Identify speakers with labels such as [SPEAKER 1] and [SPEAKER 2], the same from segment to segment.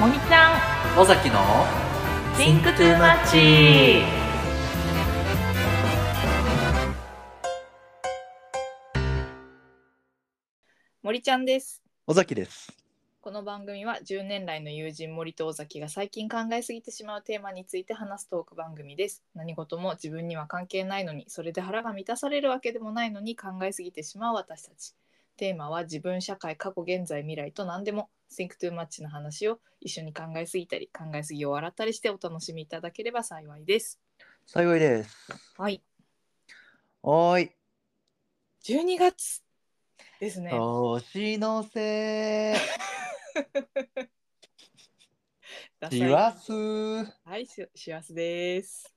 [SPEAKER 1] もみちゃん
[SPEAKER 2] 尾崎の
[SPEAKER 1] Think Too Much 森ちゃんです
[SPEAKER 2] 尾崎です
[SPEAKER 1] この番組は10年来の友人森と尾崎が最近考えすぎてしまうテーマについて話すトーク番組です何事も自分には関係ないのにそれで腹が満たされるわけでもないのに考えすぎてしまう私たちテーマは自分社会過去現在未来と何でも Think Too Much の話を一緒に考えすぎたり考えすぎを笑ったりしてお楽しみいただければ幸いです
[SPEAKER 2] 幸いです
[SPEAKER 1] はい
[SPEAKER 2] おーい
[SPEAKER 1] 12月ですね
[SPEAKER 2] 年のせい
[SPEAKER 1] ダサい
[SPEAKER 2] しわすー
[SPEAKER 1] はいし幸 せです。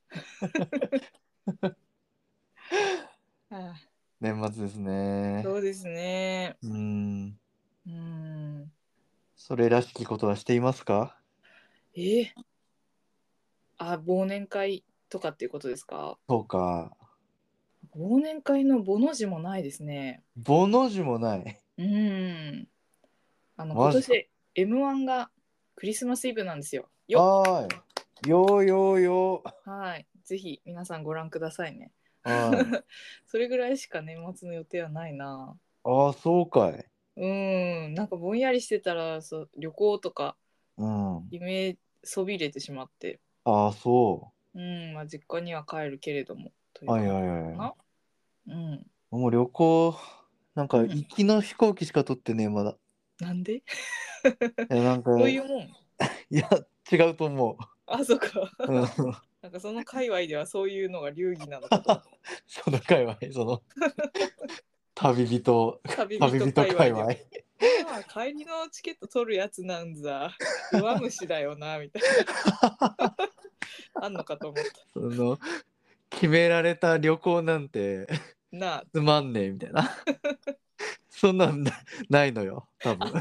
[SPEAKER 1] あ
[SPEAKER 2] 年末です
[SPEAKER 1] あ
[SPEAKER 2] ね
[SPEAKER 1] そうですね。
[SPEAKER 2] うーん
[SPEAKER 1] うん。
[SPEAKER 2] それらしきことはしていますか
[SPEAKER 1] えあ、忘年会とかっていうことですか
[SPEAKER 2] そうか
[SPEAKER 1] 忘年会のボの字もないですね。
[SPEAKER 2] ボの字もない
[SPEAKER 1] うん。あの、今
[SPEAKER 2] マジか
[SPEAKER 1] 年 M1 がクリスマスイブなんですよ。よ
[SPEAKER 2] はーいよーよーよー
[SPEAKER 1] はい。ぜひ皆さんご覧くださいね。
[SPEAKER 2] はい
[SPEAKER 1] それぐらいしか年末の予定はないな。
[SPEAKER 2] ああそうかい
[SPEAKER 1] うん。なんかぼんやりしてたら、そう旅行とか
[SPEAKER 2] うん
[SPEAKER 1] 夢そびれてしまって、
[SPEAKER 2] ああそ
[SPEAKER 1] うんまあ、実家には帰るけれどもというう、
[SPEAKER 2] はいはいいはい
[SPEAKER 1] なうん、
[SPEAKER 2] もう旅行なんか
[SPEAKER 1] うん
[SPEAKER 2] 行きの飛行機しか取ってねえまだ。
[SPEAKER 1] なんで
[SPEAKER 2] いや なんか
[SPEAKER 1] そうい
[SPEAKER 2] いう
[SPEAKER 1] もん
[SPEAKER 2] や違うと思
[SPEAKER 1] あそっか
[SPEAKER 2] う。うん そ
[SPEAKER 1] なんかその界隈ではそういうのが流儀なのかと思
[SPEAKER 2] の
[SPEAKER 1] っ
[SPEAKER 2] 界隈そ の旅人
[SPEAKER 1] た 旅
[SPEAKER 2] 旅人
[SPEAKER 1] 人界
[SPEAKER 2] 界
[SPEAKER 1] 隈で
[SPEAKER 2] 隈
[SPEAKER 1] はまあ帰りのチケット取るやつなんざ上虫だよなみたいな あんのかと思っ
[SPEAKER 2] その決められた旅行なんて
[SPEAKER 1] たなあ
[SPEAKER 2] つまんねえみたいな そんなんなないのよ多分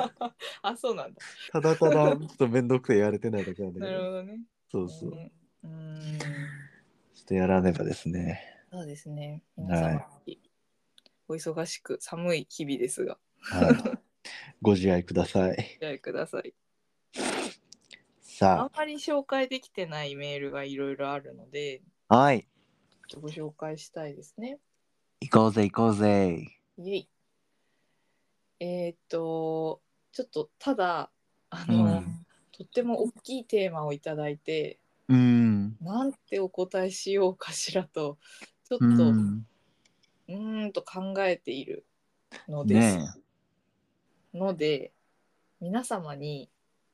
[SPEAKER 1] あそうなんだ
[SPEAKER 2] ただただちょっと面倒くてやれてないだけなんだ
[SPEAKER 1] な
[SPEAKER 2] け
[SPEAKER 1] るほ
[SPEAKER 2] ど
[SPEAKER 1] どね
[SPEAKER 2] そうそうちょ
[SPEAKER 1] うんうん
[SPEAKER 2] っとやらねばですね
[SPEAKER 1] そうですね皆様、お忙しく寒い日々ですが
[SPEAKER 2] はいご自愛ください
[SPEAKER 1] お付き合いくださいあ
[SPEAKER 2] さ
[SPEAKER 1] んまり紹介できてないメールがいろいろあるので、
[SPEAKER 2] あはい
[SPEAKER 1] ちょっとご紹介したいですね。
[SPEAKER 2] 行こうぜ行こうぜ
[SPEAKER 1] イエイ。えーっと、ちょっとただ、あの、
[SPEAKER 2] うん
[SPEAKER 1] とっても大きいテーマをいただいて、
[SPEAKER 2] うん
[SPEAKER 1] なんてお答えしようかしらと、ちょっ
[SPEAKER 2] う
[SPEAKER 1] と、うんーんと考えているのです。
[SPEAKER 2] ねえ
[SPEAKER 1] ので、皆様に、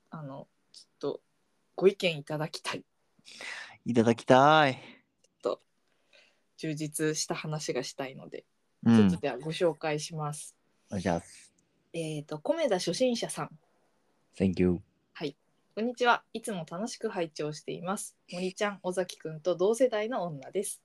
[SPEAKER 1] あの、ちょっとご意見いただきたい。
[SPEAKER 2] いただきたい、
[SPEAKER 1] 充実した話がしたいので、
[SPEAKER 2] う
[SPEAKER 1] ちょっ
[SPEAKER 2] ん
[SPEAKER 1] と、ではご紹介します。
[SPEAKER 2] お願いします
[SPEAKER 1] えっ、と、米田初心者さん。
[SPEAKER 2] Thank you
[SPEAKER 1] こんにちは。いつも楽しく拝聴しています。森ちゃん、尾崎くんと同世代の女です。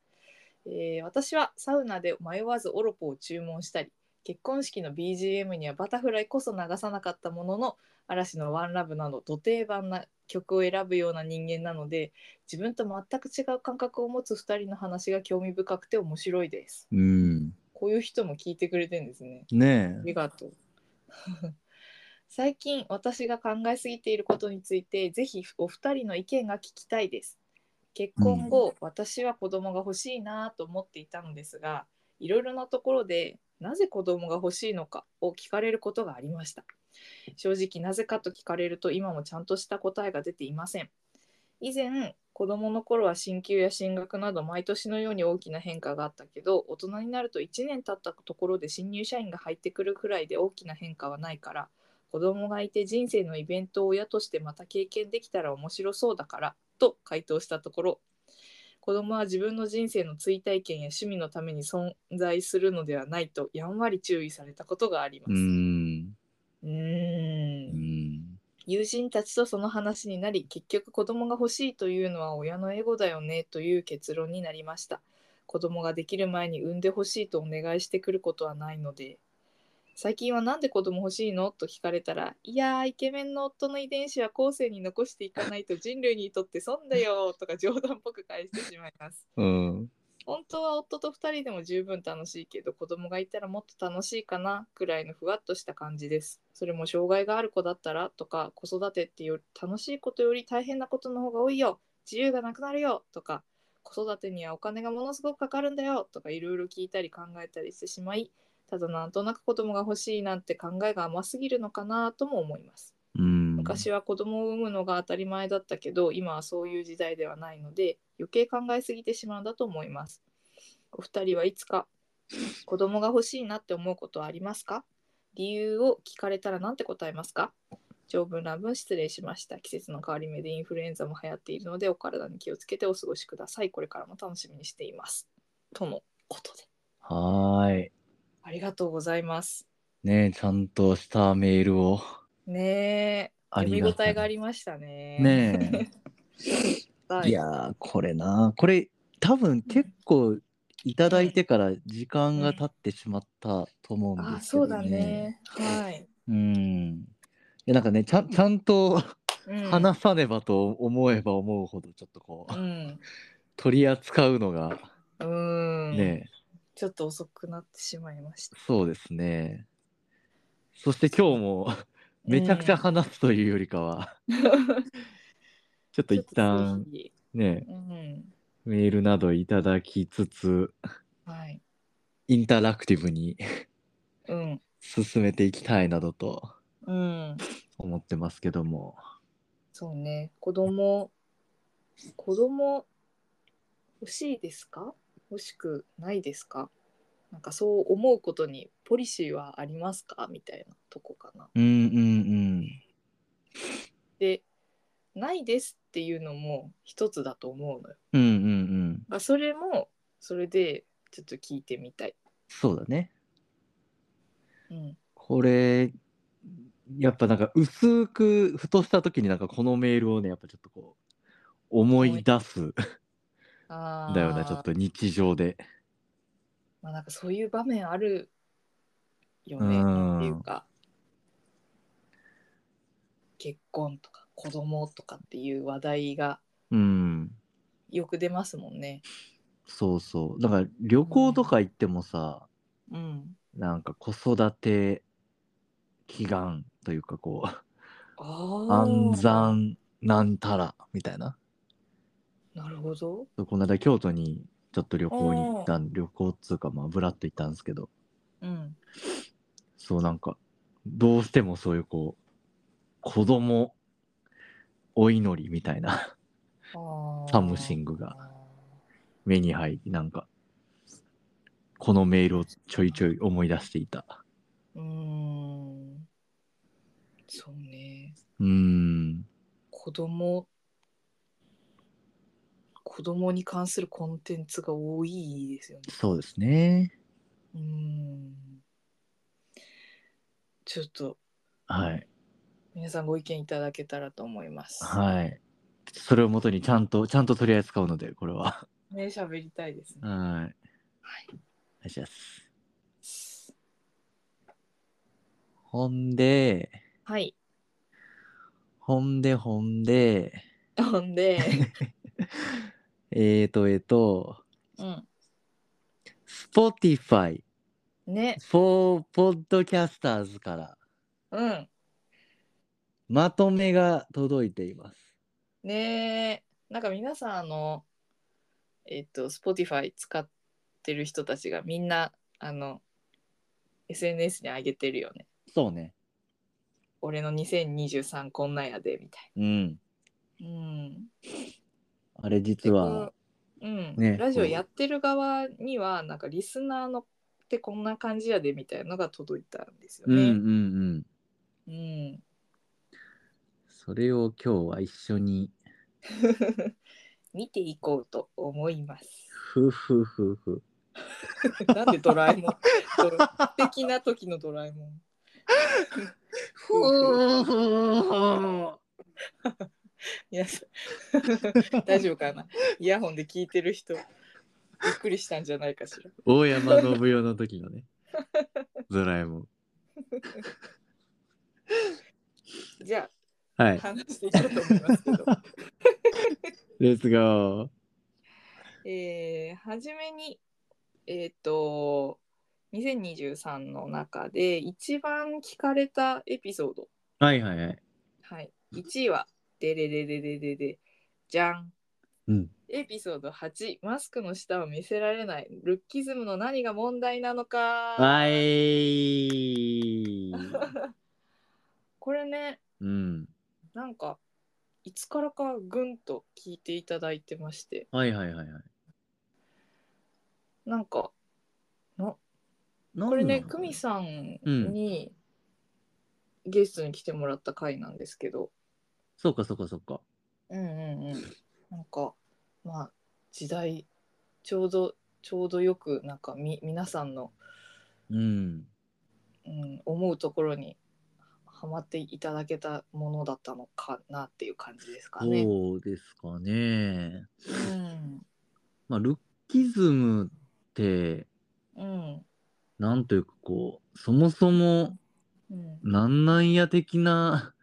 [SPEAKER 1] えー私はサウナで迷わずオロポを注文したり、結婚式の BGM にはバタフライこそ流さなかったものの、嵐のワンラブなど、ど定番な曲を選ぶような人間なので、自分と全く違う感覚を持つ2人の話が興味深くて面白いです。
[SPEAKER 2] うん
[SPEAKER 1] こういう人も聞いてくれてるんですね。
[SPEAKER 2] ね
[SPEAKER 1] あ
[SPEAKER 2] え
[SPEAKER 1] りがとう。 最近私が考えすぎていることについてぜひお二人の意見が聞きたいです。結婚後、私は子供が欲しいなぁと思っていたのですがいろいろなところでなぜ子供が欲しいのかを聞かれることがありました。正直なぜかと聞かれると今もちゃんとした答えが出ていません。以前子供の頃は進級や進学など毎年のように大きな変化があったけど大人になると1年経ったところで新入社員が入ってくるくらいで大きな変化はないから子供がいて人生のイベントを親としてまた経験できたら面白そうだからと回答したところ子供は自分の人生の追体験や趣味のために存在するのではないとやんわり注意されたことがあります。
[SPEAKER 2] ん
[SPEAKER 1] うーん
[SPEAKER 2] うん
[SPEAKER 1] 友人たちとその話になり結局子供が欲しいというのは親のエゴだよねという結論になりました子供ができる前に産んでほしいとお願いしてくることはないので最近はなんで子供欲しいのと聞かれたらいやーイケメンの夫の遺伝子は後世に残していかないと人類にとって損だよとか冗談っぽく返してしまいます
[SPEAKER 2] うん
[SPEAKER 1] 本当は夫と2人でも十分楽しいけど子供がいたらもっと楽しいかなくらいのふわっとした感じですそれも障害がある子だったらとか子育てってより楽しいことより大変なことの方が多いよ自由がなくなるよとか子育てにはお金がものすごくかかるんだよとかいろいろ聞いたり考えたりしてしまいただなんとなく子供が欲しいなんて考えが甘すぎるのかなとも思います
[SPEAKER 2] うん
[SPEAKER 1] 昔は子供を産むのが当たり前だったけど今はそういう時代ではないので余計考えすぎてしまうんだと思いますお二人はいつか子供が欲しいなって思うことはありますか理由を聞かれたら何て答えますか長文乱文失礼しました季節の変わり目でインフルエンザも流行っているのでお体に気をつけてお過ごしくださいこれからも楽しみにしていますとのことで
[SPEAKER 2] はーい
[SPEAKER 1] ありがとうございます
[SPEAKER 2] ねえちゃんとしたメールを
[SPEAKER 1] ねえ
[SPEAKER 2] あ
[SPEAKER 1] 読
[SPEAKER 2] り
[SPEAKER 1] み
[SPEAKER 2] が
[SPEAKER 1] 応
[SPEAKER 2] た
[SPEAKER 1] え
[SPEAKER 2] い
[SPEAKER 1] がありましたね
[SPEAKER 2] ね
[SPEAKER 1] は
[SPEAKER 2] えいやーこれなこれ多分結構いただいてから時間が経ってしまったと思うん
[SPEAKER 1] あ
[SPEAKER 2] ですけ
[SPEAKER 1] そ
[SPEAKER 2] ど
[SPEAKER 1] うだ
[SPEAKER 2] ね
[SPEAKER 1] ね。はい。
[SPEAKER 2] うんいやなんかねちゃんちゃんと
[SPEAKER 1] うん、
[SPEAKER 2] 話さねばと思えば思うほどちょっとこう、
[SPEAKER 1] うん。
[SPEAKER 2] 取り扱うのが
[SPEAKER 1] うん。
[SPEAKER 2] ね、
[SPEAKER 1] ちょっと遅くなってしまいました。
[SPEAKER 2] そうですねそして今日もめちゃくちゃ話すというよりかは、ちょっと一旦
[SPEAKER 1] ちょっと次
[SPEAKER 2] ね
[SPEAKER 1] うん。
[SPEAKER 2] メールなどいただきつつ
[SPEAKER 1] はい。
[SPEAKER 2] インタラクティブに
[SPEAKER 1] うん。
[SPEAKER 2] 進めていきたいなどと
[SPEAKER 1] うん。
[SPEAKER 2] 思ってますけども
[SPEAKER 1] そうね。子供。子供。欲しいですか。欲しくないですか。なんかそう思うことにポリシーはありますかみたいなとこかな。
[SPEAKER 2] うんうん
[SPEAKER 1] で。ないですっていうのも一つだと思うのよ。
[SPEAKER 2] うんうんうんうん
[SPEAKER 1] まあ、それも。それで。ちょっと聞いてみたい。
[SPEAKER 2] そうだね
[SPEAKER 1] うん。
[SPEAKER 2] これやっぱなんか薄くふとした時になんかこのメールをねやっぱちょっとこう思い出すん
[SPEAKER 1] あー
[SPEAKER 2] だよねちょっと日常で
[SPEAKER 1] まあなんかそういう場面あるよ
[SPEAKER 2] う
[SPEAKER 1] ね
[SPEAKER 2] ん
[SPEAKER 1] っていうか結婚とか子供とかっていう話題が
[SPEAKER 2] うん
[SPEAKER 1] よく出ますもんね。
[SPEAKER 2] そうそうだから旅行とか行ってもさ、
[SPEAKER 1] うん、
[SPEAKER 2] なんか子育て祈願というかこ
[SPEAKER 1] あ
[SPEAKER 2] う
[SPEAKER 1] ー
[SPEAKER 2] 安産なんたらみたいな
[SPEAKER 1] なるほど。
[SPEAKER 2] この間京都にちょっと旅行に行ったん旅行っつうかまあぶらっと行ったんですけど
[SPEAKER 1] うん、
[SPEAKER 2] そうなんかどうしてもそういうこう子供お祈りみたいな
[SPEAKER 1] あー
[SPEAKER 2] サムシングが目に入りなんかこのメールをちょいちょい思い出していた
[SPEAKER 1] うーんそうね
[SPEAKER 2] うーん
[SPEAKER 1] 子供子供に関するコンテンツが多いですよね。
[SPEAKER 2] そうですね
[SPEAKER 1] うーんちょっと
[SPEAKER 2] はい
[SPEAKER 1] 皆さんご意見いただけたらと思います。
[SPEAKER 2] はいそれをもとにちゃんとちゃんと取り扱うのでこれは
[SPEAKER 1] ね喋りたいですね。
[SPEAKER 2] はいお
[SPEAKER 1] はい
[SPEAKER 2] 願いしますほんで
[SPEAKER 1] はい。
[SPEAKER 2] ほんでほんで
[SPEAKER 1] ほんで、
[SPEAKER 2] えーとえーと
[SPEAKER 1] うん、
[SPEAKER 2] Spotify
[SPEAKER 1] ね、
[SPEAKER 2] for ポッドキャスターズから
[SPEAKER 1] うん、
[SPEAKER 2] まとめが届いています。
[SPEAKER 1] ねなんか皆さんあのえっと Spotify 使ってる人たちがみんなあの SNS に上げてるよね。
[SPEAKER 2] そうね。
[SPEAKER 1] 俺の2023こんなんやでみたい
[SPEAKER 2] うん。
[SPEAKER 1] な。うん。
[SPEAKER 2] あれ
[SPEAKER 1] で
[SPEAKER 2] 実
[SPEAKER 1] こ
[SPEAKER 2] は、
[SPEAKER 1] ううん
[SPEAKER 2] ね
[SPEAKER 1] ラジオやってる側にはなんかリスナーのってこんな感じやでみたいなのが届いたんですよ
[SPEAKER 2] うんうんう
[SPEAKER 1] ね。
[SPEAKER 2] ん。
[SPEAKER 1] うん、
[SPEAKER 2] それを今日は一緒に、
[SPEAKER 1] 見ていこうと思います。
[SPEAKER 2] ふふふふ。
[SPEAKER 1] なんでドラえもんドラ素敵な時のドラえもん。
[SPEAKER 2] ふふ
[SPEAKER 1] 皆さん大丈夫かなイヤホンで聞いてる人びっくりしたんじゃないかしら。
[SPEAKER 2] 大山信代の時の ね。ドラえもん。
[SPEAKER 1] じゃ
[SPEAKER 2] は
[SPEAKER 1] あ
[SPEAKER 2] い。
[SPEAKER 1] 話していこうと思いますけど。
[SPEAKER 2] レッツゴー。
[SPEAKER 1] えー、初めに、えっ、と、2023の中で一番聞かれたエピソード。
[SPEAKER 2] はいはいはい。
[SPEAKER 1] はい。1位は、でれれれれれれ、じゃん。
[SPEAKER 2] うん。
[SPEAKER 1] エピソード8、マスクの下を見せられない、ルッキズムの何が問題なのか。
[SPEAKER 2] はい。
[SPEAKER 1] これね、
[SPEAKER 2] うん。
[SPEAKER 1] なんか、いつからかぐんと聞いていただいてまして、
[SPEAKER 2] はいはいはいはい。
[SPEAKER 1] なんか、
[SPEAKER 2] こ
[SPEAKER 1] これね、久美さんに、ゲストに来てもらった回なんですけど、
[SPEAKER 2] そうかそうかそうか。
[SPEAKER 1] うんうんうん。なんか、まあ、時代、ちょうど、ちょうどよく、なんか、み、皆さんの、
[SPEAKER 2] うん。
[SPEAKER 1] うん、思うところに。はまっていただけたものだったのかなっていう感じですかね。
[SPEAKER 2] そうですかね。
[SPEAKER 1] うん。
[SPEAKER 2] まあ、ルッキズムって、
[SPEAKER 1] うん。
[SPEAKER 2] なんというかこう、そもそも、
[SPEAKER 1] うん。
[SPEAKER 2] なんなんや的な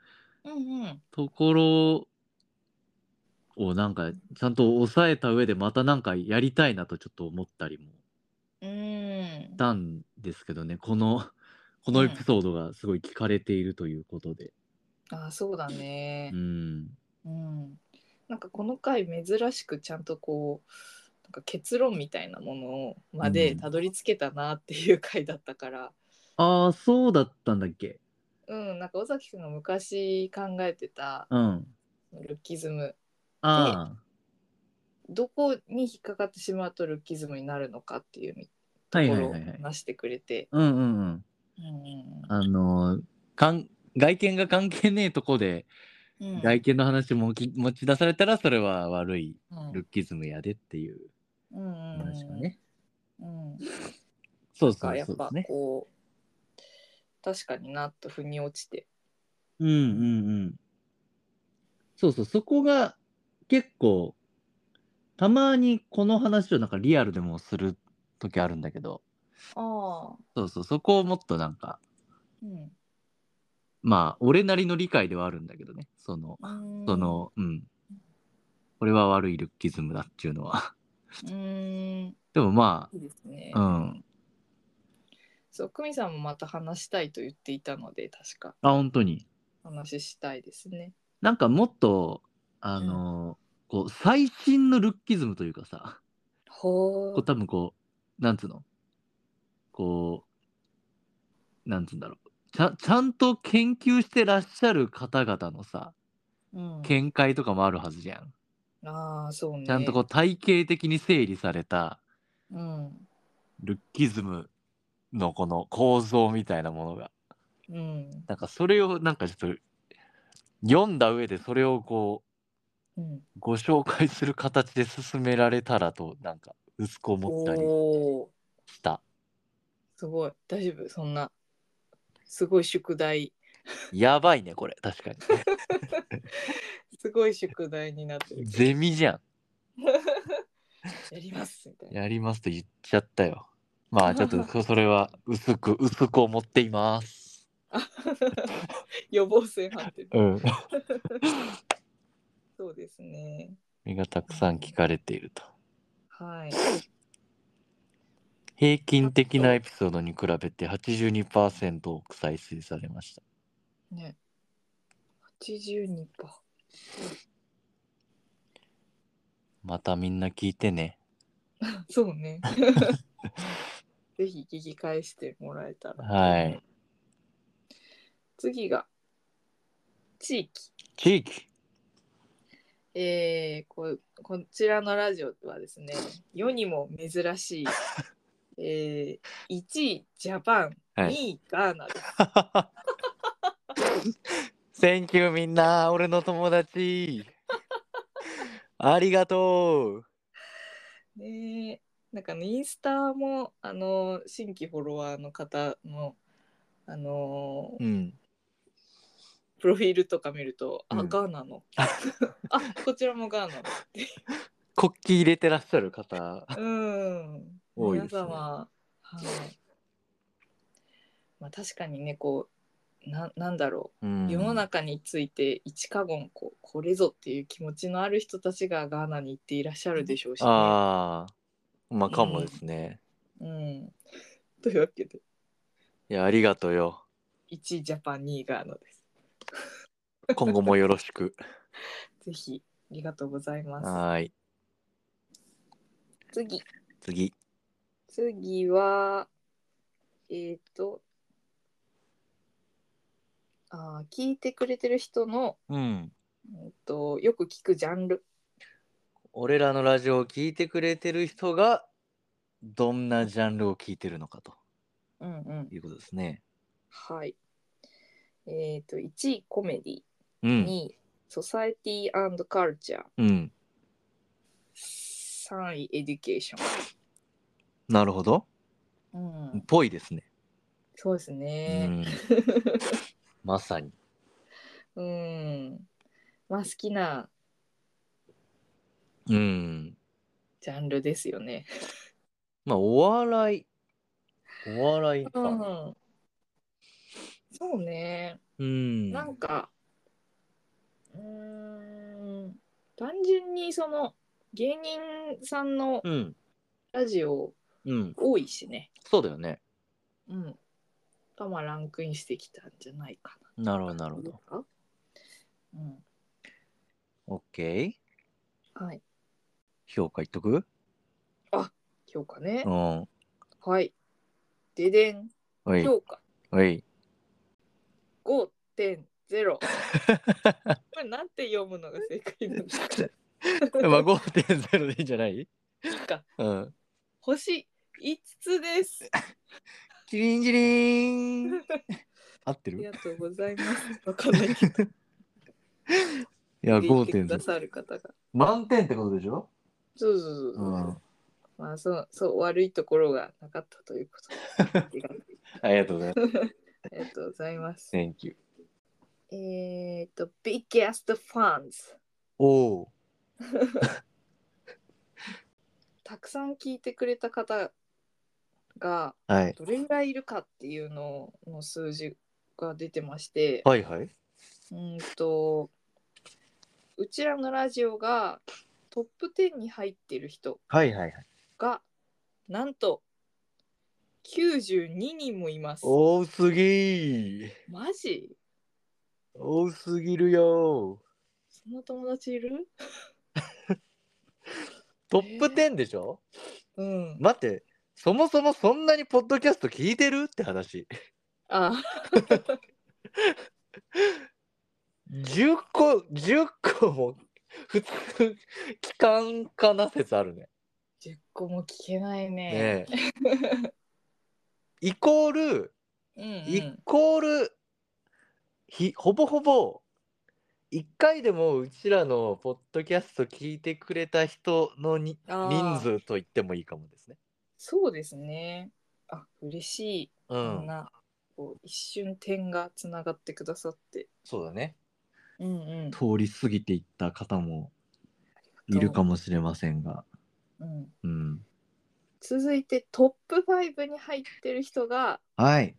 [SPEAKER 1] うんうん。
[SPEAKER 2] ところを、なんか、ちゃんと抑えた上で、またなんかやりたいなとちょっと思ったりも
[SPEAKER 1] うん
[SPEAKER 2] し。たんですけどね、こ の、このエピソードがすごい聞かれているということで。
[SPEAKER 1] あ、そうだね
[SPEAKER 2] う。ん。
[SPEAKER 1] うん。なんかこの回珍しくちゃんとこうなんか結論みたいなものまでたどり着けたなっていう回だったから、
[SPEAKER 2] ああ、そうだったんだっけ。
[SPEAKER 1] うん、なんか尾崎くんが昔考えてた
[SPEAKER 2] うん。
[SPEAKER 1] ルッキズム
[SPEAKER 2] あ
[SPEAKER 1] どこに引っかかってしまうとルッキズムになるのかっていう
[SPEAKER 2] あ、
[SPEAKER 1] と
[SPEAKER 2] はい
[SPEAKER 1] こ
[SPEAKER 2] はい
[SPEAKER 1] ろを
[SPEAKER 2] はいはい。
[SPEAKER 1] 話してくれて、
[SPEAKER 2] うんうんうん。あのーかん外見が関係ねえとこで、
[SPEAKER 1] うんうん
[SPEAKER 2] 外見の話もき持ち出されたらそれは悪い
[SPEAKER 1] うん
[SPEAKER 2] ルッキズムやでっていう
[SPEAKER 1] うんうん
[SPEAKER 2] 話がね。
[SPEAKER 1] うん
[SPEAKER 2] そうそ
[SPEAKER 1] なんか
[SPEAKER 2] う
[SPEAKER 1] や
[SPEAKER 2] そ
[SPEAKER 1] っ
[SPEAKER 2] うで
[SPEAKER 1] ぱ
[SPEAKER 2] すね。
[SPEAKER 1] こう確かになと腑に落ちて
[SPEAKER 2] うんうんうん。そうそうそこが結構たまにこの話をなんかリアルでもする時あるんだけど
[SPEAKER 1] ああ
[SPEAKER 2] そうそうそこをもっとなんか
[SPEAKER 1] うん
[SPEAKER 2] まあ俺なりの理解ではあるんだけどねその
[SPEAKER 1] うん
[SPEAKER 2] そのうんこれは悪いルッキズムだっていうのは
[SPEAKER 1] うん
[SPEAKER 2] でもま
[SPEAKER 1] いいですね、
[SPEAKER 2] あうん
[SPEAKER 1] そう久美さんもまた話したいと言っていたので確か
[SPEAKER 2] あ本当に
[SPEAKER 1] 話したいですね
[SPEAKER 2] なんかもっとあのーこう最新のルッキズムというかさ
[SPEAKER 1] ほ
[SPEAKER 2] こう多分こうなんつうのこうなんつうんだろうちゃちゃんと研究してらっしゃる方々のさ
[SPEAKER 1] うん、
[SPEAKER 2] 見解とかもあるはずじゃん、
[SPEAKER 1] ああそうね
[SPEAKER 2] ちゃんとこう体系的に整理された
[SPEAKER 1] うん
[SPEAKER 2] ルッキズムのこの構造みたいなものが
[SPEAKER 1] うん
[SPEAKER 2] なんかそれをなんかちょっと読んだ上でそれをこ
[SPEAKER 1] うん
[SPEAKER 2] うご紹介する形で進められたらとなんか薄く思ったり
[SPEAKER 1] おー
[SPEAKER 2] した。
[SPEAKER 1] すごい大丈夫そんなすごい宿題
[SPEAKER 2] やばいねこれ確か
[SPEAKER 1] すごい宿題になって
[SPEAKER 2] に。
[SPEAKER 1] る
[SPEAKER 2] ゼミじゃ
[SPEAKER 1] やりますみたい
[SPEAKER 2] ん。
[SPEAKER 1] な
[SPEAKER 2] やりますと言っちゃったよ。まあちょっと そそれは薄く薄く思っています。
[SPEAKER 1] 予防線張ってる
[SPEAKER 2] うん。
[SPEAKER 1] そうですね
[SPEAKER 2] 目がたくさん聞かれていると。
[SPEAKER 1] はい
[SPEAKER 2] 平均的なエピソードに比べて82%多く再生されました。
[SPEAKER 1] ね82%
[SPEAKER 2] またみんな聞いてね。
[SPEAKER 1] そうね。 ぜひ聞き返してもらえたら。
[SPEAKER 2] はい。
[SPEAKER 1] 次が、地域。
[SPEAKER 2] 地域
[SPEAKER 1] えーこ、こちらのラジオはですね、世にも 珍しい、えー、1位ジャパン、
[SPEAKER 2] は
[SPEAKER 1] 2
[SPEAKER 2] い
[SPEAKER 1] 位ガーナです。
[SPEAKER 2] センキューみんな俺の友達 ありがとう
[SPEAKER 1] ねえなんかね、インスタも、あの、新規フォロワーの方の、あのー
[SPEAKER 2] うん
[SPEAKER 1] プロフィールとか見ると、あ、
[SPEAKER 2] うん
[SPEAKER 1] ガー ナの。あ、こちらもガーナの。
[SPEAKER 2] 国旗入れてらっしゃる方
[SPEAKER 1] うん。
[SPEAKER 2] 多いですね
[SPEAKER 1] 皆様、はい。まあ確かにね、こう、ななんだろ
[SPEAKER 2] うん
[SPEAKER 1] う世の中について一カゴンこうこれぞっていう気持ちのある人たちがガーナに行っていらっしゃるでしょうし、ね
[SPEAKER 2] ああまあかもですね、
[SPEAKER 1] うん、というわけで
[SPEAKER 2] いやありがとうよ
[SPEAKER 1] 1位ジャパン2位ガーナです。
[SPEAKER 2] 今後もよろしく
[SPEAKER 1] ぜひありがとうございま
[SPEAKER 2] はーい
[SPEAKER 1] す。次
[SPEAKER 2] 次
[SPEAKER 1] 次はえっ、とあー聞いてくれてる人の、
[SPEAKER 2] うん
[SPEAKER 1] うんとよく聞くジャンル
[SPEAKER 2] 俺らのラジオを聞いてくれてる人がどんなジャンルを聞いてるのかと
[SPEAKER 1] うんうん
[SPEAKER 2] いうことですね
[SPEAKER 1] はいえっ、と1位コメディ
[SPEAKER 2] う
[SPEAKER 1] 2
[SPEAKER 2] ん
[SPEAKER 1] 位ソサエティカルチャー
[SPEAKER 2] うん
[SPEAKER 1] 3位エデュケーショ
[SPEAKER 2] なるほど
[SPEAKER 1] ン、うん、
[SPEAKER 2] ぽいですね、
[SPEAKER 1] そうです
[SPEAKER 2] う
[SPEAKER 1] ね
[SPEAKER 2] んまさに
[SPEAKER 1] うん、まあ好きな
[SPEAKER 2] うん
[SPEAKER 1] ジャンルですよね
[SPEAKER 2] まあお笑いお笑いか
[SPEAKER 1] うんそうね
[SPEAKER 2] うん
[SPEAKER 1] なんかうーん単純にその芸人さんの
[SPEAKER 2] うん
[SPEAKER 1] ラジオ
[SPEAKER 2] うん
[SPEAKER 1] 多いしね、
[SPEAKER 2] そうだよね
[SPEAKER 1] うん、がまあランクインしてきたんじゃないか
[SPEAKER 2] なるほどな
[SPEAKER 1] な。
[SPEAKER 2] るほど。
[SPEAKER 1] うん、
[SPEAKER 2] OK
[SPEAKER 1] はい
[SPEAKER 2] 評価いっとく
[SPEAKER 1] 評価ね
[SPEAKER 2] う。ん
[SPEAKER 1] はい。ででん
[SPEAKER 2] おい
[SPEAKER 1] 評価
[SPEAKER 2] おい
[SPEAKER 1] 5.0。これなんて読むのが正解なんですか
[SPEAKER 2] まあ5.0でいいんじゃない
[SPEAKER 1] なんか
[SPEAKER 2] うん
[SPEAKER 1] 星5つです。
[SPEAKER 2] キリンジリ ン合って
[SPEAKER 1] あり
[SPEAKER 2] る
[SPEAKER 1] がとうございます。わかんないけ ど。
[SPEAKER 2] いや
[SPEAKER 1] 聞いてくだ
[SPEAKER 2] 5.0
[SPEAKER 1] さる方が。
[SPEAKER 2] 満点ってことでしょ
[SPEAKER 1] そうそうそうそう。
[SPEAKER 2] うん
[SPEAKER 1] まあそうそう悪いところがなかったということでありがとう
[SPEAKER 2] ありがとうございます
[SPEAKER 1] ありがとうござ います。
[SPEAKER 2] Thank you
[SPEAKER 1] えっと、biggest fans。
[SPEAKER 2] おお
[SPEAKER 1] たくさん聞いてくれた方が
[SPEAKER 2] はい
[SPEAKER 1] どれぐらいいるかっていうのの数字が出てまして、
[SPEAKER 2] はいはい。
[SPEAKER 1] うんと、うちらのラジオがトップ10に入ってる人
[SPEAKER 2] はいはいはい。
[SPEAKER 1] がなんと92人もいます。
[SPEAKER 2] 多すぎ
[SPEAKER 1] マジ
[SPEAKER 2] 多すぎるよ
[SPEAKER 1] そんな友達いる
[SPEAKER 2] トップ10でしょ、
[SPEAKER 1] うん。
[SPEAKER 2] 待って、そもそもそんなにポッドキャスト聞いてるって話。
[SPEAKER 1] あ
[SPEAKER 2] 10個、10個も普通、 期間かな説あるね。
[SPEAKER 1] 10個も聞けないね。
[SPEAKER 2] ねえ。 イコール、
[SPEAKER 1] うん
[SPEAKER 2] イコール、ひほぼほぼ、1回でもうちらのポッドキャスト聞いてくれた人のに
[SPEAKER 1] あー
[SPEAKER 2] 人数と言ってもいいかもですね。
[SPEAKER 1] そうですね。あ嬉しい。
[SPEAKER 2] う
[SPEAKER 1] みん
[SPEAKER 2] ん、
[SPEAKER 1] な、こう一瞬点がつながってくださって。
[SPEAKER 2] そうだね。
[SPEAKER 1] うんうん。
[SPEAKER 2] 通り過ぎていった方も
[SPEAKER 1] いるか
[SPEAKER 2] もしれませんが、
[SPEAKER 1] うん、
[SPEAKER 2] うん、
[SPEAKER 1] 続いてトップ5に入ってる人が
[SPEAKER 2] はい、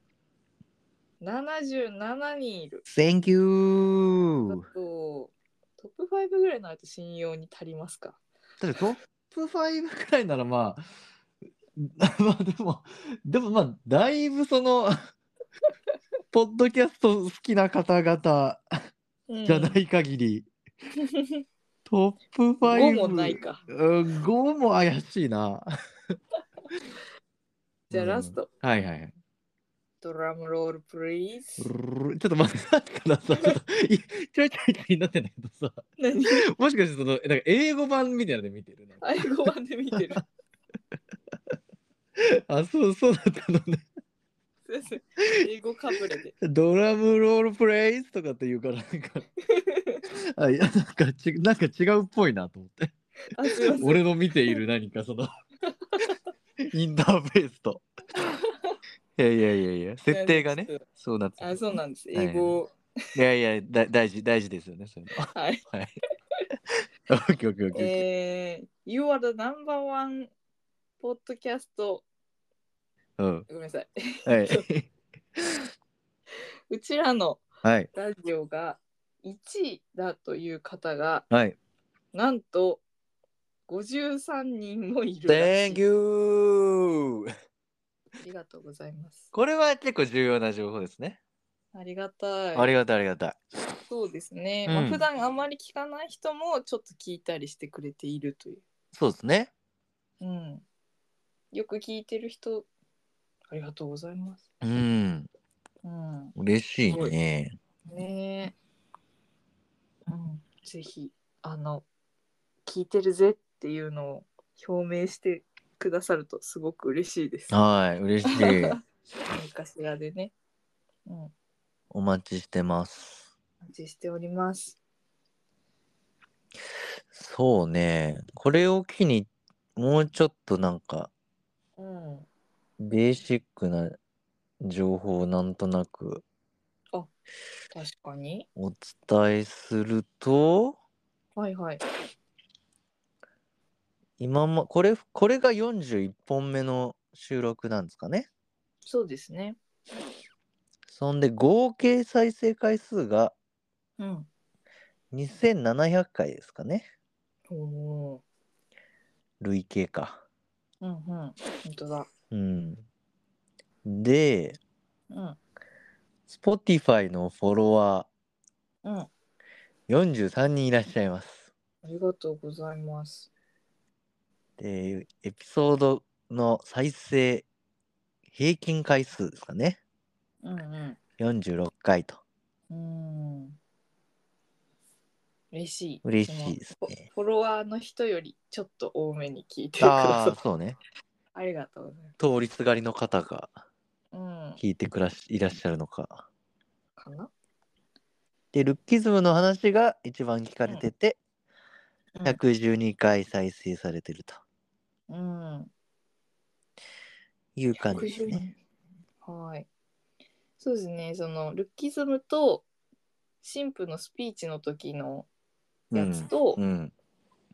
[SPEAKER 1] 77人いる。
[SPEAKER 2] Thank
[SPEAKER 1] あ
[SPEAKER 2] you。
[SPEAKER 1] とトップ5ぐらいのあと信用に足りますか
[SPEAKER 2] だってトップ5くらいならまあ、まあ でも、でもまあ、だいぶその、ポッドキャスト好きな方々じゃな、い限り、トップ
[SPEAKER 1] うん
[SPEAKER 2] 5。
[SPEAKER 1] 5もない。か。
[SPEAKER 2] うん、5も怪しいな。
[SPEAKER 1] じゃあラスト、
[SPEAKER 2] はいはいはい。
[SPEAKER 1] ドラムロールプリー
[SPEAKER 2] ち
[SPEAKER 1] ズ。
[SPEAKER 2] ょっと待ってからさ、ちょっといちょいちょいちょいになってないけどさ。
[SPEAKER 1] 何
[SPEAKER 2] もしかしてそのなんか英語版みたいなので見てるな。
[SPEAKER 1] アイゴ版で見てる。
[SPEAKER 2] あ、そうそうだったのね。
[SPEAKER 1] すいません英語かぶれで。
[SPEAKER 2] ドラムロールプレイスとかって言うから なんか、あいやなんかちなんか違うっぽいなと思って。
[SPEAKER 1] あ、すいません。
[SPEAKER 2] 俺の見ている何かそのインターフェースと。いやいやいやいや、設定がね
[SPEAKER 1] いや。
[SPEAKER 2] そうなって
[SPEAKER 1] あ、
[SPEAKER 2] る。
[SPEAKER 1] そうなんです。
[SPEAKER 2] はい
[SPEAKER 1] 英語。
[SPEAKER 2] いやいや、だ大事大事ですよね。そういうの。
[SPEAKER 1] はい。
[SPEAKER 2] はい。オッケーオッケーオッケーオッケー。
[SPEAKER 1] えー、You are the number one podcast。
[SPEAKER 2] うん。
[SPEAKER 1] ごめんなさい。
[SPEAKER 2] はい。
[SPEAKER 1] うちらの
[SPEAKER 2] はい。
[SPEAKER 1] ラジオが1位だという方が
[SPEAKER 2] はい。
[SPEAKER 1] なんと53人もいるらしい
[SPEAKER 2] Thank you!
[SPEAKER 1] ありがとうございます
[SPEAKER 2] これは結構重要な情報ですね。
[SPEAKER 1] ありがたい
[SPEAKER 2] ありがたいありがたい。
[SPEAKER 1] そうですね、
[SPEAKER 2] うん
[SPEAKER 1] まあ普段あんまり聞かない人もちょっと聞いたりしてくれているという、
[SPEAKER 2] そうですね。
[SPEAKER 1] うん、よく聞いてる人ありがとうございます、
[SPEAKER 2] うん。
[SPEAKER 1] うん、
[SPEAKER 2] 嬉しいね。
[SPEAKER 1] ねえ、うん、ぜひあの聞いてるぜっていうのを表明してくださるとすごく嬉しいです
[SPEAKER 2] はい。嬉 しい。
[SPEAKER 1] 何かしらでね。うん。お
[SPEAKER 2] お待ちしてます。
[SPEAKER 1] 待ちしております。
[SPEAKER 2] そうね。これを機に、もうちょっとなんか、
[SPEAKER 1] うん。
[SPEAKER 2] ベーシックな情報をなんとなく
[SPEAKER 1] 確かに。
[SPEAKER 2] お伝えすると、
[SPEAKER 1] はいはい。
[SPEAKER 2] 今も、これ、これが41本目の収録なんですかね。
[SPEAKER 1] そうですね。
[SPEAKER 2] そんで、合計再生回数が
[SPEAKER 1] うん。
[SPEAKER 2] 2700回ですかね。
[SPEAKER 1] おお
[SPEAKER 2] 累計か。
[SPEAKER 1] ー。うんうん。本当だ。
[SPEAKER 2] うん。で、
[SPEAKER 1] うん。
[SPEAKER 2] Spotify のフォロワ
[SPEAKER 1] うん。あ
[SPEAKER 2] ー43人いらっしゃいます。
[SPEAKER 1] りがとうございます。
[SPEAKER 2] で、エピソードの再生平均回数ですかね。
[SPEAKER 1] うん
[SPEAKER 2] 46回と。
[SPEAKER 1] うん。うん。嬉しい。
[SPEAKER 2] 嬉しいです
[SPEAKER 1] その
[SPEAKER 2] ね
[SPEAKER 1] フォフォロワーの人よりちょっと多めに聞いてくだ
[SPEAKER 2] あ
[SPEAKER 1] さ
[SPEAKER 2] あ、そうね。
[SPEAKER 1] い。ありがとうございます。
[SPEAKER 2] 通りすがりの方が
[SPEAKER 1] うん。
[SPEAKER 2] 聞いてくらしいらっしゃるのか。
[SPEAKER 1] かな
[SPEAKER 2] で、ルッキズムの話が一番聞かれてて、
[SPEAKER 1] うん
[SPEAKER 2] 112回再生されてると
[SPEAKER 1] うん。
[SPEAKER 2] いう感じですね。
[SPEAKER 1] はい。そうですね、そのルッキズムと神父のスピーチの時の
[SPEAKER 2] う
[SPEAKER 1] や
[SPEAKER 2] ん
[SPEAKER 1] つと、
[SPEAKER 2] うん、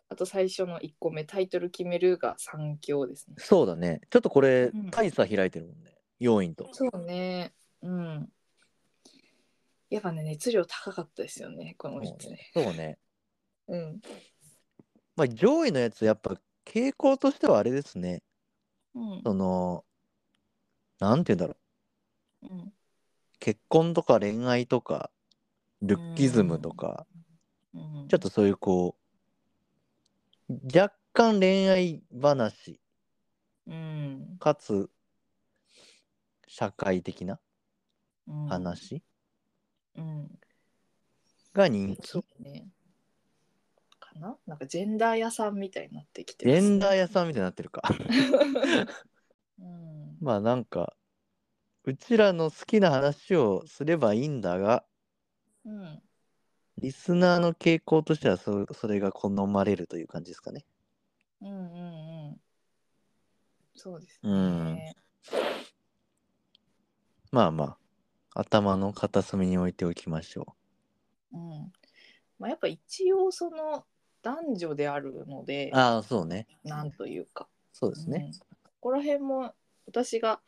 [SPEAKER 1] あと最初の1個目タイトル決めるが3強ですね。
[SPEAKER 2] そうだね。ちょっとこれ
[SPEAKER 1] うん、
[SPEAKER 2] 大差開いてるもんね。要因と。
[SPEAKER 1] そうね、うん。やっぱね熱量高かったですよねこの3つね。
[SPEAKER 2] そうね。
[SPEAKER 1] うん。
[SPEAKER 2] まあ、上位のやつ、やっぱ傾向としてはあれですね。
[SPEAKER 1] うん。
[SPEAKER 2] その、なんて言うんだろう。
[SPEAKER 1] うん。
[SPEAKER 2] 結婚とか恋愛とか、ルッキズムとか、
[SPEAKER 1] うん、
[SPEAKER 2] ちょっとそういうこう、若干恋愛話、
[SPEAKER 1] うん、
[SPEAKER 2] かつ、社会的な
[SPEAKER 1] うん。。
[SPEAKER 2] 話
[SPEAKER 1] うん。
[SPEAKER 2] が人気。
[SPEAKER 1] そうね。かななんかジェンダー屋さんみたいになってきて
[SPEAKER 2] ジェンダー
[SPEAKER 1] ー
[SPEAKER 2] 屋さんみたいになってるか。
[SPEAKER 1] うん。
[SPEAKER 2] まあなんか、うちらの好きな話をすればいいんだが、
[SPEAKER 1] うん。
[SPEAKER 2] リスナーの傾向としてはそそれが好まれるという感じですかね。
[SPEAKER 1] うんうんうん。そうです
[SPEAKER 2] うん
[SPEAKER 1] ね。
[SPEAKER 2] まあまあ、頭の片隅に置いておきましょ
[SPEAKER 1] うん。まあ、やっぱ一応その男女であるので
[SPEAKER 2] う。、ああ、そうね。
[SPEAKER 1] なんというか。
[SPEAKER 2] そうです
[SPEAKER 1] う
[SPEAKER 2] ね
[SPEAKER 1] ん。ここら辺も私が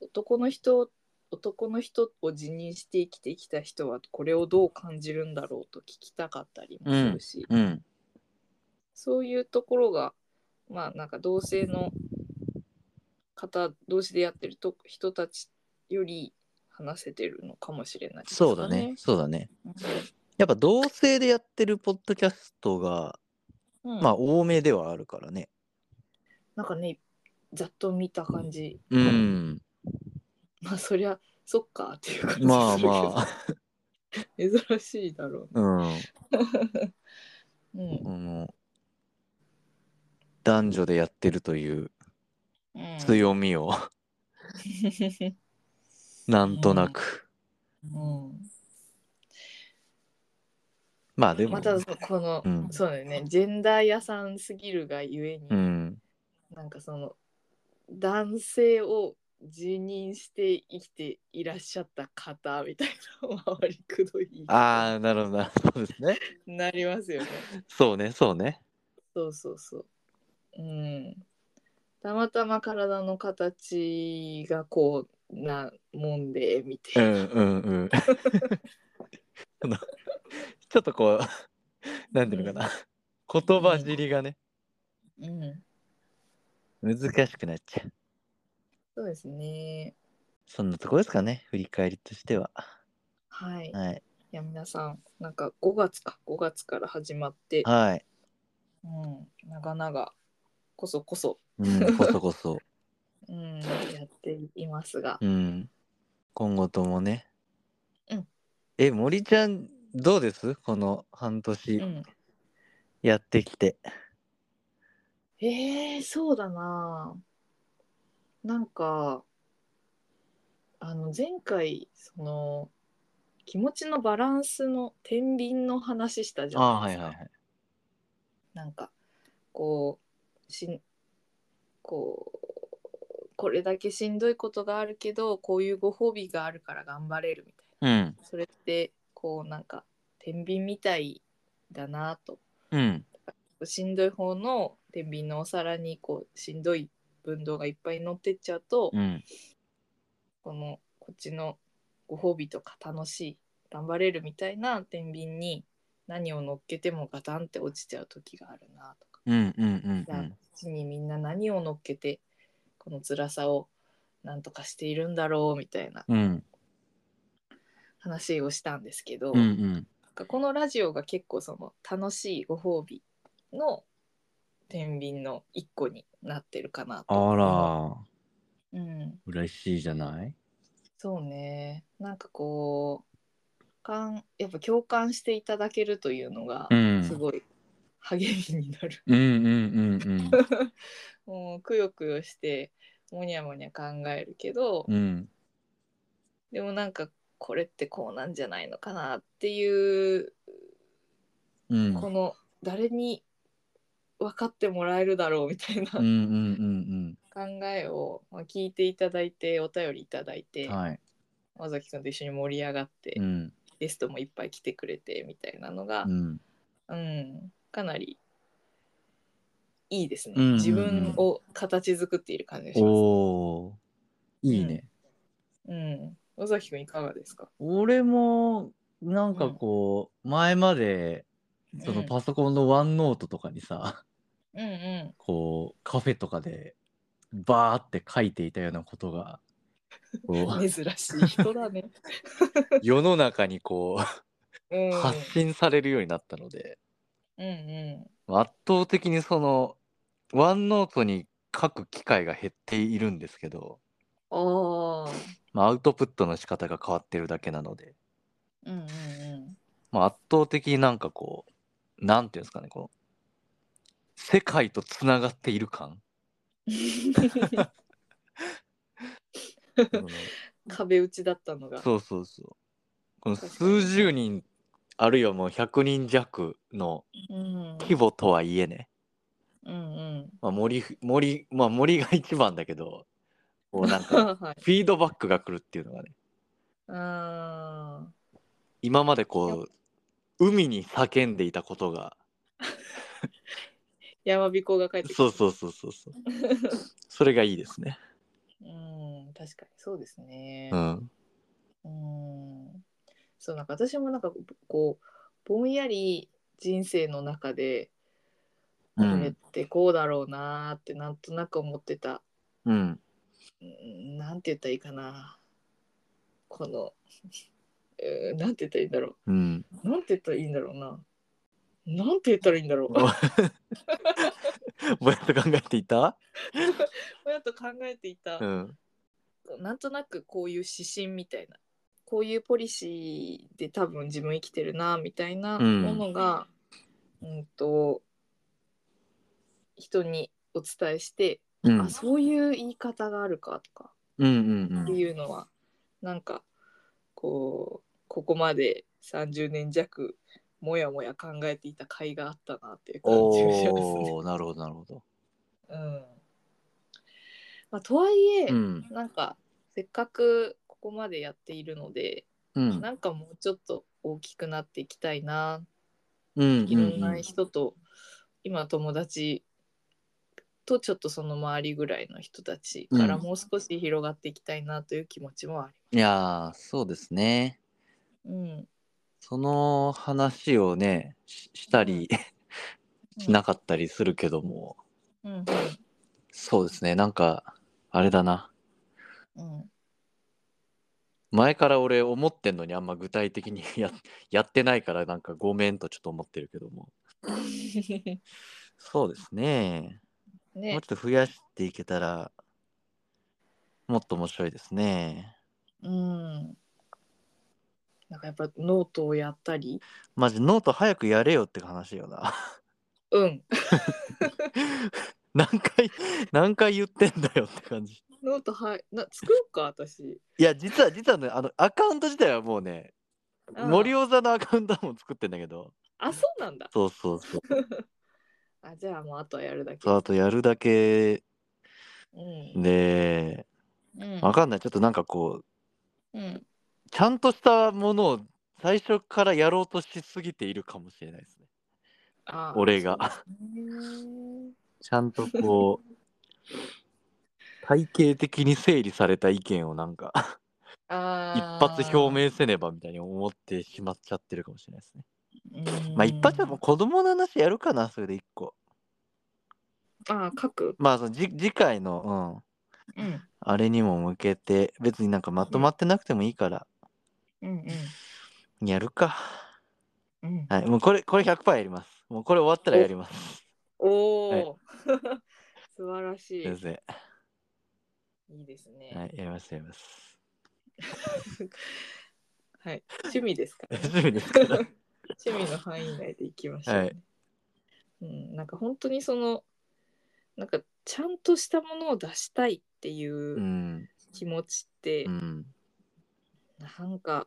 [SPEAKER 1] 男の人男の人を辞任して生きてきた人はこれをどう感じるんだろうと聞きたかったりもするし、
[SPEAKER 2] うん。
[SPEAKER 1] そういうところがまあなんか同性の方同士でやってると人たちより話せてるのかもしれないですか
[SPEAKER 2] そうだね。。そうだね。
[SPEAKER 1] うん
[SPEAKER 2] やっぱ同性でやってるポッドキャストが、
[SPEAKER 1] うん
[SPEAKER 2] まあ多めではあるからね。
[SPEAKER 1] なんかねざっと見た感じ、
[SPEAKER 2] うん。
[SPEAKER 1] まあそりゃそっかっていう感じす るけど、
[SPEAKER 2] まあま
[SPEAKER 1] 珍しいだろ
[SPEAKER 2] あ、うん。
[SPEAKER 1] うね。
[SPEAKER 2] この、男女でやってるという
[SPEAKER 1] うんうん、
[SPEAKER 2] 強みを、なんとなく。
[SPEAKER 1] う
[SPEAKER 2] まあで
[SPEAKER 1] ん、
[SPEAKER 2] も、
[SPEAKER 1] またそのこの、
[SPEAKER 2] うん
[SPEAKER 1] そうだよねジェンダー屋さんすぎるがゆえに、
[SPEAKER 2] うん。
[SPEAKER 1] なんかその男性を辞任して生きていらっしゃった方みたいな回りくどい
[SPEAKER 2] ああ、なるほどな。そうですね。
[SPEAKER 1] なりますよね。
[SPEAKER 2] そうね、そうね。
[SPEAKER 1] そうそうそう。うん。たまたま体の形がこうなもんでみた
[SPEAKER 2] う
[SPEAKER 1] い
[SPEAKER 2] ん
[SPEAKER 1] な、
[SPEAKER 2] うんうん あのちょっとこうなんていうのかな言葉尻がね
[SPEAKER 1] うん、
[SPEAKER 2] 難しくなっちゃう
[SPEAKER 1] そうですね
[SPEAKER 2] そんなとこですかね振り返りとしては
[SPEAKER 1] はい、い、
[SPEAKER 2] はい
[SPEAKER 1] や皆さんなんか5月か5月から始まって、
[SPEAKER 2] はい、
[SPEAKER 1] うん、長々こそこそ、
[SPEAKER 2] うん、こそこそ、
[SPEAKER 1] うん、やっていますが
[SPEAKER 2] うん、今後ともね、
[SPEAKER 1] うん
[SPEAKER 2] え森ちゃんどうですこの半
[SPEAKER 1] う
[SPEAKER 2] 年
[SPEAKER 1] ん
[SPEAKER 2] やってきて、
[SPEAKER 1] えー、そうだななんかあの前回その気持ちのバランスの天秤の話したじゃ
[SPEAKER 2] ああ
[SPEAKER 1] ない
[SPEAKER 2] は
[SPEAKER 1] で
[SPEAKER 2] いは
[SPEAKER 1] すか、
[SPEAKER 2] いはい
[SPEAKER 1] なんかこうしんこうこれだけしんどいことがあるけどこういうご褒美があるから頑張れるみたい
[SPEAKER 2] うん
[SPEAKER 1] なそれってこうなんか天秤みたいだなと
[SPEAKER 2] うん
[SPEAKER 1] しんどい方の天秤のお皿にこうしんどい分動がいっぱい乗ってっちゃうと、
[SPEAKER 2] うん
[SPEAKER 1] このこっちのご褒美とか楽しい頑張れるみたいな天秤に何を乗っけてもガタンって落ちちゃう時があるなとか、
[SPEAKER 2] うんうんうん
[SPEAKER 1] じゃあこっちにみんな何を乗っけてこの辛さをなんとかしているんだろうみたいな
[SPEAKER 2] うんうん
[SPEAKER 1] 話をしたんですけど、
[SPEAKER 2] うんうん
[SPEAKER 1] なんかこのラジオが結構その楽しいご褒美の天秤の一個になってるかなと
[SPEAKER 2] あら
[SPEAKER 1] うん、
[SPEAKER 2] 嬉しいじゃない
[SPEAKER 1] そうねなんかこうかんやっぱ共感していただけるというのが
[SPEAKER 2] うん
[SPEAKER 1] すごい励みになる、
[SPEAKER 2] うんうんうん
[SPEAKER 1] もうくよくよしてもにゃもにゃ考えるけど、
[SPEAKER 2] うんうん
[SPEAKER 1] でもなんかこれってこうなんじゃないのかなっていう
[SPEAKER 2] うん
[SPEAKER 1] この誰に分かってもらえるだろうみたいな
[SPEAKER 2] うんうん
[SPEAKER 1] 考えを、まあ、聞いていただいてお便りいただいて、
[SPEAKER 2] うんはい
[SPEAKER 1] 尾崎くんと一緒に盛り上がって、
[SPEAKER 2] うん
[SPEAKER 1] ゲストもいっぱい来てくれてみたいなのが
[SPEAKER 2] う、ん
[SPEAKER 1] うんかなりいいですね、
[SPEAKER 2] うんうんうん
[SPEAKER 1] 自分を形作っている感じがします。
[SPEAKER 2] おーいいね
[SPEAKER 1] うん、尾崎くんいかがですか、
[SPEAKER 2] 俺もなんかこう前までそのパソコンのワンノートとかにさ
[SPEAKER 1] うんうん、
[SPEAKER 2] こうカフェとかでバーって書いていたようなことが こう
[SPEAKER 1] 珍しい 人だね。
[SPEAKER 2] 世の中にこ
[SPEAKER 1] うん、
[SPEAKER 2] う
[SPEAKER 1] うん
[SPEAKER 2] 発信されるようになったので
[SPEAKER 1] う
[SPEAKER 2] 圧倒的にそのワンノートに書く機会が減っているんですけど、
[SPEAKER 1] ん。おー
[SPEAKER 2] まあ、アウトプットの仕方が変わってるだけなので、
[SPEAKER 1] うんうんうん。
[SPEAKER 2] まあ、圧倒的になんかこうなんていうんですかねこう世界とつながっている感
[SPEAKER 1] 壁打ちだったのが。
[SPEAKER 2] そうそうそうこの数十人あるいはもう100人弱の
[SPEAKER 1] うん、
[SPEAKER 2] 規模とはいえね、
[SPEAKER 1] うん
[SPEAKER 2] まあ、森森まあ森が一番だけどこうなん
[SPEAKER 1] うん。
[SPEAKER 2] か
[SPEAKER 1] はい。
[SPEAKER 2] フィードバックが来るっていうのがね
[SPEAKER 1] あ
[SPEAKER 2] 今までこう海に叫んでいたことが
[SPEAKER 1] ーやまびこが帰ってきた
[SPEAKER 2] そうそうそうそうそうそれがいいですね
[SPEAKER 1] うん確かにそうですね
[SPEAKER 2] うん
[SPEAKER 1] うんそうなんか私もなんかこうぼんやり人生の中でこ
[SPEAKER 2] う
[SPEAKER 1] れっ
[SPEAKER 2] ん
[SPEAKER 1] てこうだろうなーってなんとなく思ってた、
[SPEAKER 2] うん
[SPEAKER 1] うん、なんて言ったらいいかなこの、 うん、なんて言ったらいいんだろ
[SPEAKER 2] うん
[SPEAKER 1] うなんて言ったらいいんだろうななんて言ったらいいんだろう
[SPEAKER 2] ぼぼやっと考えていた
[SPEAKER 1] 親と考えていた、
[SPEAKER 2] うん
[SPEAKER 1] なんとなくこういう指針みたいなこういうポリシーで多分自分生きてるなみたいな
[SPEAKER 2] うん
[SPEAKER 1] ものが、うん、と人にお伝えして、
[SPEAKER 2] うん
[SPEAKER 1] あそういう言い方があるかとか
[SPEAKER 2] うんうんう
[SPEAKER 1] って
[SPEAKER 2] ん
[SPEAKER 1] いうのは、なんかこうここまで30年弱もやもや考えていた甲斐があったなっていう感じがしますね。
[SPEAKER 2] おーなるほどなるほど
[SPEAKER 1] うんまあ、とはいえ、
[SPEAKER 2] うん
[SPEAKER 1] なんかせっかくここまでやっているので、
[SPEAKER 2] うん
[SPEAKER 1] なんかもうちょっと大きくなっていきたいな、
[SPEAKER 2] うん
[SPEAKER 1] いろんな
[SPEAKER 2] うん
[SPEAKER 1] 人と今友達とちょっとその周りぐらいの人たちから
[SPEAKER 2] うん
[SPEAKER 1] もう少し広がっていきたいなという気持ちもある。
[SPEAKER 2] いやーそうですね
[SPEAKER 1] うん、
[SPEAKER 2] その話をねししたりしなかったりするけども、
[SPEAKER 1] うんうん
[SPEAKER 2] そうですねなんかあれだな
[SPEAKER 1] うん
[SPEAKER 2] 前から俺思ってんのにあんま具体的にややってないからなんかごめんとちょっと思ってるけどもそうですねも
[SPEAKER 1] ね
[SPEAKER 2] うちょっと増やしていけたらもっと面白いですね
[SPEAKER 1] うんなんかやっぱノートをやったり
[SPEAKER 2] マジノート早くやれよって話よな
[SPEAKER 1] うん
[SPEAKER 2] 何回何回言ってんだよって感じ
[SPEAKER 1] ノートはいな作ろうか私
[SPEAKER 2] いや実は実はねあのアカウント自体はもうね
[SPEAKER 1] うん
[SPEAKER 2] 森尾座のアカウントはもう作ってんだけど
[SPEAKER 1] あそうなんだ
[SPEAKER 2] そうそうそう
[SPEAKER 1] あじゃあもうあとはやるだけ
[SPEAKER 2] そうあとやるだけ
[SPEAKER 1] うん
[SPEAKER 2] で
[SPEAKER 1] うん
[SPEAKER 2] わかんないちょっとなんかこう
[SPEAKER 1] うん
[SPEAKER 2] ちゃんとしたものを最初からやろうとしすぎているかもしれないですね。
[SPEAKER 1] あ
[SPEAKER 2] 俺が
[SPEAKER 1] そう
[SPEAKER 2] ちゃんとこう体系的に整理された意見をなんか一
[SPEAKER 1] あー
[SPEAKER 2] 発表明せねばみたいに思ってしまっちゃってるかもしれないですね。
[SPEAKER 1] うん
[SPEAKER 2] まあ一発はもう子供の話やるかなそれで一個。
[SPEAKER 1] あー書く
[SPEAKER 2] まあそのじ次回の、
[SPEAKER 1] うん
[SPEAKER 2] うん、あれにも向けて別になんかまとまってなくてもいいから
[SPEAKER 1] うん
[SPEAKER 2] やるか。
[SPEAKER 1] うんうん
[SPEAKER 2] はいもうこれこれ100%やります。もうこれ終わったらやります。
[SPEAKER 1] おお 素晴らし
[SPEAKER 2] 先生。
[SPEAKER 1] いいいですね
[SPEAKER 2] はいやりますやります。
[SPEAKER 1] はい、趣味で すからね、
[SPEAKER 2] 趣味です から。
[SPEAKER 1] 趣味の範囲内でいきましょう、ね
[SPEAKER 2] はい。
[SPEAKER 1] うん、なんか本当にそのなんかちゃんとしたものを出したいっていううん気持ちって、
[SPEAKER 2] うん。
[SPEAKER 1] なんか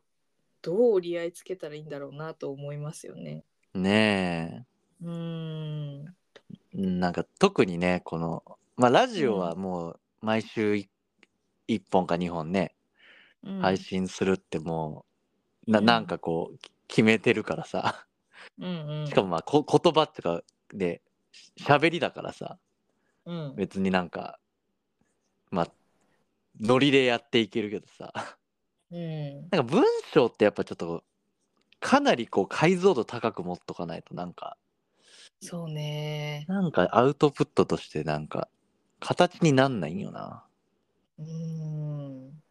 [SPEAKER 1] どう折り合いつけたらいいんだろうなと思いますよね。
[SPEAKER 2] ね
[SPEAKER 1] うーん、
[SPEAKER 2] え。なんか特にね、この、まあラジオはもう毎週い1本か2本ね、
[SPEAKER 1] うん、
[SPEAKER 2] 配信するってもう、な
[SPEAKER 1] うん
[SPEAKER 2] なんかこう、き決めてるからさ。
[SPEAKER 1] うんうん、
[SPEAKER 2] しかもまあこ言葉っていうか、で、し喋りだからさ、
[SPEAKER 1] うん、
[SPEAKER 2] 別になんか、まあ、ノリでやっていけるけどさ。
[SPEAKER 1] うん、
[SPEAKER 2] なんか文章ってやっぱちょっと、かなりこう解像度高く持っとかないとなんか、
[SPEAKER 1] そうね。
[SPEAKER 2] なんかアウトプットとしてなんか形になんないんよな。
[SPEAKER 1] うーん、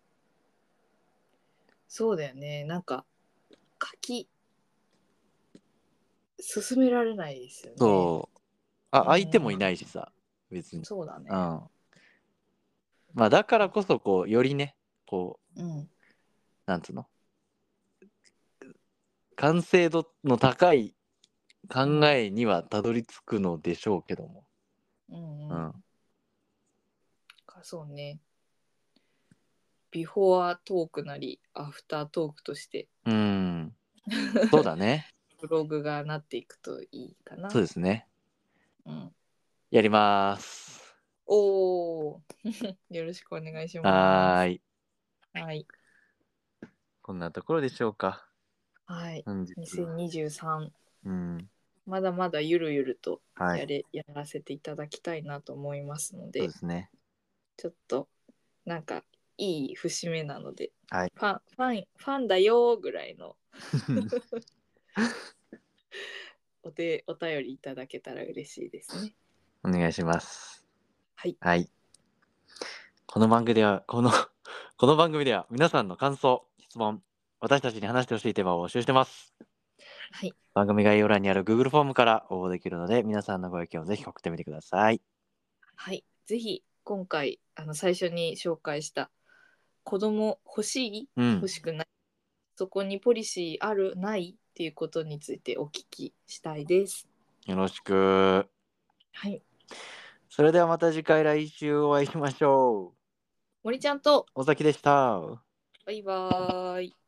[SPEAKER 1] そうだよね。なんか書き進められないですよね。
[SPEAKER 2] そう。あ
[SPEAKER 1] ん
[SPEAKER 2] 相手もいないしさ別に。
[SPEAKER 1] そうだ
[SPEAKER 2] うん。
[SPEAKER 1] ね。
[SPEAKER 2] まあだからこそこうよりねこう
[SPEAKER 1] うん。
[SPEAKER 2] なんつうの完成度の高い考えにはたどり着くのでしょうけども。
[SPEAKER 1] うん
[SPEAKER 2] う
[SPEAKER 1] うん。
[SPEAKER 2] ん。
[SPEAKER 1] かそうね。ビフォアトークなり、アフタートークとして、
[SPEAKER 2] うん。そうだね。
[SPEAKER 1] ブログがなっていくといいかな。
[SPEAKER 2] そうですね。
[SPEAKER 1] うん、
[SPEAKER 2] やります。
[SPEAKER 1] おお。 よろしくお願いしま
[SPEAKER 2] はーい。
[SPEAKER 1] す。はい。
[SPEAKER 2] こんなところでしょうか。
[SPEAKER 1] はい。
[SPEAKER 2] 本日。
[SPEAKER 1] 2023、
[SPEAKER 2] うん。
[SPEAKER 1] まだまだゆるゆると
[SPEAKER 2] は
[SPEAKER 1] や
[SPEAKER 2] い。
[SPEAKER 1] れ、やらせていただきたいなと思いますの
[SPEAKER 2] そう
[SPEAKER 1] で
[SPEAKER 2] で、すね。
[SPEAKER 1] ちょっと、なんか、いい節目なので、
[SPEAKER 2] はい
[SPEAKER 1] ファン、ファン、ファンだよーぐら いのお手お便りいただけたら嬉しいですね。
[SPEAKER 2] お願いします。
[SPEAKER 1] はい。
[SPEAKER 2] はい。この番組では、この、 この番組では皆さんの感想、質問、私たちに話してほしいテーマを募集してます。
[SPEAKER 1] はい。
[SPEAKER 2] 番組概要欄にある Google フォームから応募できるので、皆さんのご意見をぜひ送ってみてください。
[SPEAKER 1] はい。ぜひ今回あの最初に紹介した子供欲しい
[SPEAKER 2] うん
[SPEAKER 1] 欲。しくない、そこにポリシーあるないっていうことについてお聞きしたいです。
[SPEAKER 2] よろしく。
[SPEAKER 1] はい。
[SPEAKER 2] それではまた次回来週お会いしましょう。
[SPEAKER 1] 森ちゃんと
[SPEAKER 2] 尾崎でした。
[SPEAKER 1] バイバーイ。